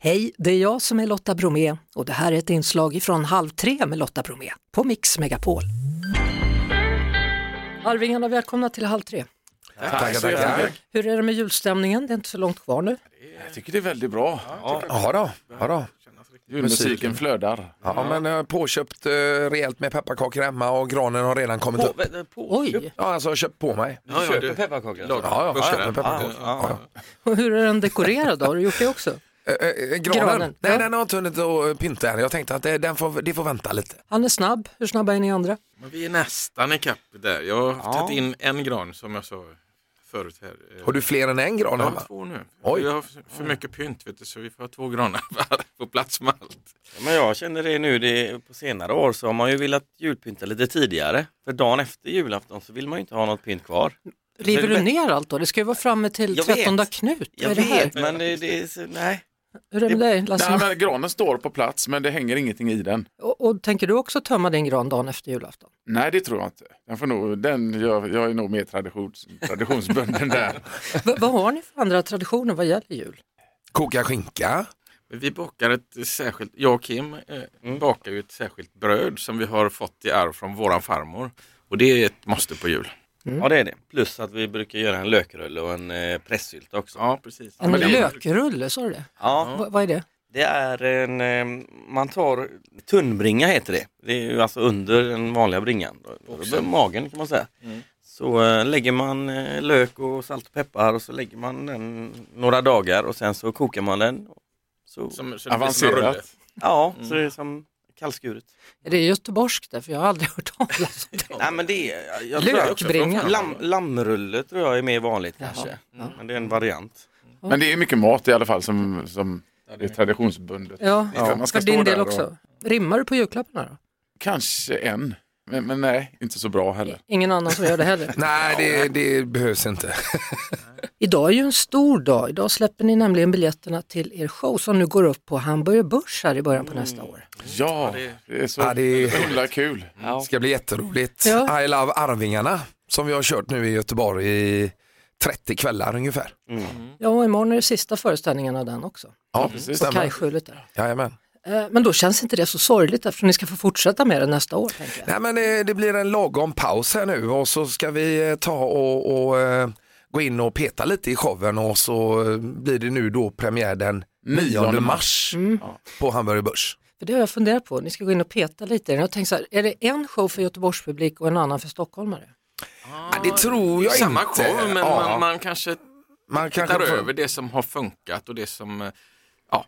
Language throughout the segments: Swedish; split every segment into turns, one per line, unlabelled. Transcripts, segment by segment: Hej, det är jag som är Lotta Bromé och det här är ett inslag från Halv tre med Lotta Bromé på Mix Megapol. Arvingarna, välkomna till Halv tre.
Tack, tack, tack,
Hur är det med julstämningen? Det är inte så långt kvar nu.
Jag tycker det är väldigt bra.
Ja då, ja då.
Julmusiken flödar.
Ja, men jag har påköpt eh, rejält med pepparkakor hemma och granen har redan kommit upp.
Oj,
Ja, alltså jag har köpt på mig.
Ja, ja, du pepparkakor? alltså?
Ja, ja, jag köper pepparkakor. Ja,
och hur är den dekorerad då? Har du gjort det också?
ja. Eh, eh, granen,
Granen.
Nej,
Ja.
den har inte hunnit att eh, pynta än. Jag tänkte att det, den får, det får vänta lite.
Han är snabb, hur snabba är ni andra?
Men vi är nästan ikapp där. Jag har tagit in en gran som jag sa förut här. Eh,
Har du fler än en gran
jag
hemma?
har två nu.
Oj.
Jag har för- för mycket pynt vet du, så vi får ha två granar var på plats med allt.
Ja, Men jag känner det nu, det, på senare år så har man ju velat julpynta lite tidigare. För dagen efter julafton så vill man ju inte ha något pynt kvar.
River
Men-
du ner allt då? Det ska ju vara framme till
Jag
13
vet.
Knut.
Jag
Vad är det här?
vet, men det, det är så, nej.
Hur är det med dig
Nej,
Alltså,
Lasse?
men granen står på plats men det hänger ingenting i den.
Och, och tänker du också tömma din gran dagen efter julafton?
Nej, det tror jag inte. Den får nog, den, jag, jag är nog mer traditions, traditionsbunden där.
V- vad har ni för andra traditioner vad gäller jul?
Koka skinka?
Men vi bakar ett särskilt, jag och Kim eh, bakar ju ett särskilt bröd som vi har fått i arv från våran farmor. Och det är ett måste på jul.
Ja det är det. Plus att vi brukar göra en lökrulle och en eh, pressylta också.
Ja, precis.
En
Men det-
lökrulle, sa du det?
Ja,
Va- vad är det?
det är en, eh, man tar tunnbringa heter det. Det är ju alltså under den vanliga bringan. Över magen kan man säga. Så eh, lägger man eh, lök och salt och peppar och så lägger man den några dagar och sen så kokar man den. Så,
Som, så det blir som en rulle.
Avancerat.
Ja, så det är som kallskuret.
Är det göteborgskt? där? För jag har aldrig hört talas om det.
Nej men det är... jag- Jag tror jag,
Lökbringa.
lam, lammrulle tror jag är mer vanligt
Jaha.
kanske.
Ja.
Men det är en variant.
Men det är mycket mat i alla fall som, som är traditionsbundet.
Ja,
Ja, man ska
för
stå
din
där
del
och-
också. Rimmar du på julklapparna då?
Kanske en, men, men nej, inte så bra heller.
Ingen annan som gör det heller.
Nej, det, det behövs inte.
Idag är ju en stor dag. Idag släpper ni nämligen biljetterna till er show som nu går upp på Hamburger Börs här i början
Mm.
på nästa år.
Ja, det är så
Ja, det är-
himla kul.
Ja.
ska bli jätteroligt.
Ja.
I Love Arvingarna som vi har kört nu i Göteborg i 30 kvällar ungefär.
Ja, och imorgon är det sista föreställningen av den också.
Ja, precis.
På Kajskjulet där.
Jajamän.
Eh, Men då känns inte det så sorgligt eftersom ni ska få fortsätta med det nästa år. Tänker jag.
Nej men det, det blir en lagom paus här nu och så ska vi eh, ta och, och eh, gå in och peta lite i showen och så eh, blir det nu då premiär den 9 mars
Mm.
på Hamburger Börs.
För det har jag funderat på, ni ska gå in och peta lite i den. Jag tänkte så här, är det en show för Göteborgspublik och en annan för stockholmare?
Ja, det tror jag
Samma
inte.
show, men
Ja,
man, man kanske
man kanske
tittar
får-
över det som har funkat och det som, eh, ja,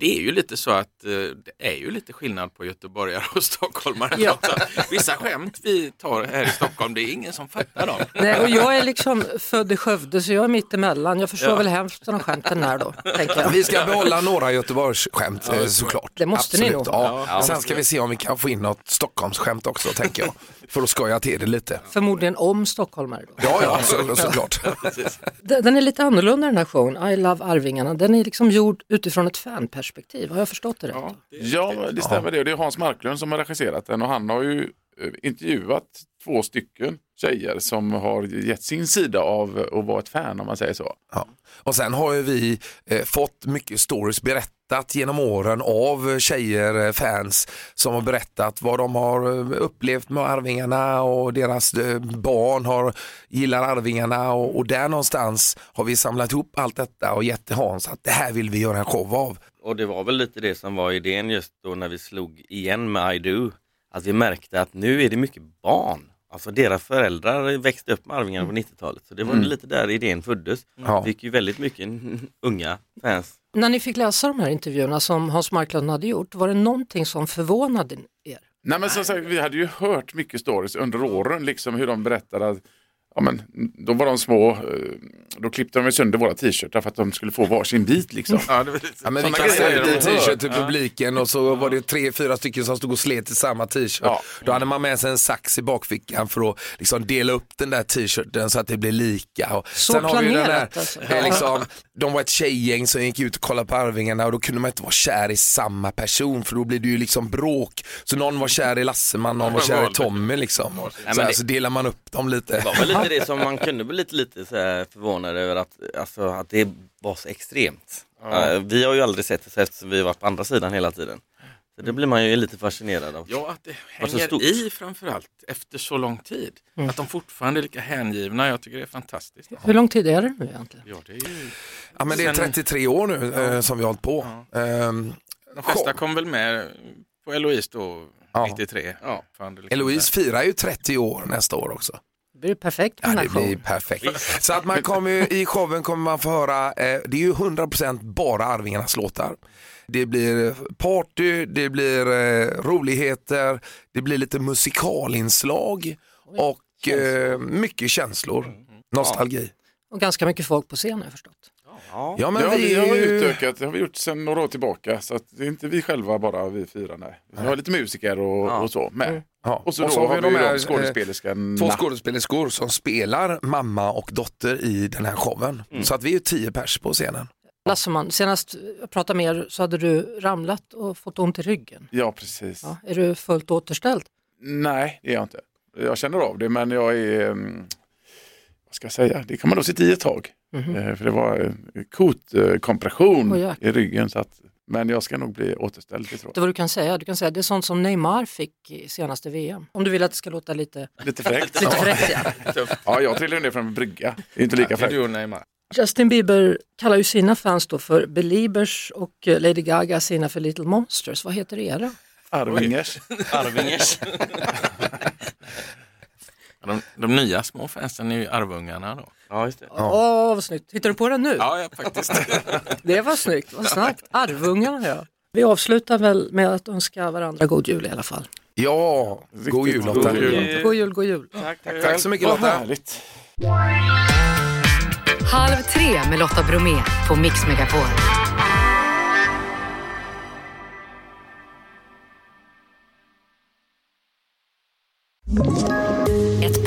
det är ju lite så att eh, det är ju lite skillnad på göteborgare och stockholmare. Alltså,
Ja.
Vissa skämt vi tar här i Stockholm, det är ingen som fattar dem.
Nej, och jag är liksom född i Skövde så jag är mitt emellan. Jag förstår väl hälften av skämten här då, tänker jag.
Vi ska behålla några Göteborgsskämt eh, såklart.
Det måste ni
Absolut,
nog.
Ja. Sen ska vi se om vi kan få in något Stockholmsskämt också tänker jag. För att skoja till det lite.
Förmodligen om stockholmare. Då.
Ja, ja, så, såklart.
Den den är lite annorlunda den här showen, I Love Arvingarna. Den är liksom gjord utifrån ett fanperspektiv, har jag förstått det rätt?
Ja, ja det stämmer det. Och det är Hans Marklund som har regisserat den och han har ju eh, intervjuat två stycken tjejer som har gett sin sida av att vara ett fan om man säger så.
Ja. Och sen har ju vi eh, fått mycket stories berättat genom åren av tjejer, eh, fans som har berättat vad de har eh, upplevt med Arvingarna och deras eh, barn har, gillar Arvingarna och, och där någonstans har vi samlat ihop allt detta och gett till Hans att det här vill vi göra en show av.
Och det var väl lite det som var idén just då när vi slog igen med I Do. Att vi märkte att nu är det mycket barn. Alltså deras föräldrar växte upp med Arvingarna på 90-talet. Så det var lite där idén föddes.
Ja.
Vi fick ju väldigt mycket unga fans.
När ni fick läsa de här intervjuerna som Hans Marklund hade gjort, var det någonting som förvånade er?
Nej, men som sagt, vi hade ju hört mycket stories under åren, liksom hur de berättade att ja, men, då var de små, eh, då klippte de ju sönder våra t-shirtar för att de skulle få varsin bit. Liksom.
Ja, det var lite-
Ja, men vi
sådana
kastade
grejer
ut en
de hör.
t-shirt till publiken och så var det tre, fyra stycken som stod och slet i samma t-shirt.
Ja.
Då hade man med sig en sax i bakfickan för att liksom dela upp den där t-shirten så att det blir lika. Och
Så
där,
planerat alltså.
eh, liksom, de var ett tjejgäng som gick ut och kollade på Arvingarna och då kunde man inte vara kär i samma person för då blir det ju liksom bråk. Så någon var kär i Lasseman, någon var kär i Tommy liksom.
men
Så, här,
det-
så delar man upp dem lite.
Det var väl lite det som man kunde bli lite, lite så här förvånad över att, alltså, att det var så extremt. Eh, Vi har ju aldrig sett det så eftersom vi har varit på andra sidan hela tiden. Så det blir man ju lite fascinerad av.
Ja, att det
Alltså
hänger
stort.
i framförallt efter så lång tid. Att de fortfarande är lika hängivna. Jag tycker det är fantastiskt.
Hur lång tid är det nu egentligen?
Ja, det är ju...
Ja, men det är
Sen-
33 år nu eh, som vi har hållit på. Ehm,
De flesta
Chock.
kom väl med på Eloise då,
Ja.
93. Ja. Fan, det liksom
Eloise firar ju 30 år nästa år också.
Det blir perfekt med
Ja,
den här
det blir
showen.
perfekt. Så att man kommer ju, i showen kommer man få höra, eh, det är ju 100% bara Arvingarnas låtar. Det blir party, det blir eh, roligheter, det blir lite musikalinslag och eh, mycket känslor.
Mm.
Nostalgi.
Och ganska mycket folk på scenen har jag förstått.
Ja.
Ja,
det
men
har vi,
vi är
har
ju...
utökat, det har vi gjort sedan några år tillbaka. Så att det är inte vi själva bara vi fyra, nej. Vi har lite musiker och, och så med.
Ja.
Och så, då har vi de här eh, skådespelerskan.
Två skådespelerskor som spelar mamma och dotter i den här showen.
Mm.
Så att vi är ju tio pers på scenen.
Lasseman, senast jag pratade med er så hade du ramlat och fått ont i ryggen.
Ja, precis.
Ja, är du fullt återställd?
Nej, det är jag inte. Jag känner av det, men jag är... mm, Vad ska jag säga? Det kan man nog sitta i ett tag. Eh, För det var eh, kotkompression
Åh, jäklar.
i ryggen. Så att, men jag ska nog bli återställd, det tror
Det är vad du kan säga. Du kan säga det är sånt som Neymar fick i senaste VM. Om du vill att det ska låta lite,
jag. Lite fräckt.
lite fräckt. Ja.
Ja, jag trillade ner från en brygga. Det är inte lika
Det är
fräckt.
du och Neymar.
Justin Bieber kallar ju sina fans då för Beliebers och eh, Lady Gaga sina för Little Monsters. Vad heter era?
Arvingers.
Arvingers.
Ja, De, de nya små fansen är ju Arvungarna då.
Ja, just det.
Åh, vad snyggt. Hittar du på den nu?
Ja, ja faktiskt.
Det var snyggt. Vad snabbt. Arvungarna, ja. Vi avslutar väl med att önska varandra god jul i alla fall.
Ja, god jul Lotta.
god jul.
God jul, god jul.
Tack så mycket
Vad
Lotta.
härligt.
Halv tre med Lotta Bromé på Mix Megapol. Ett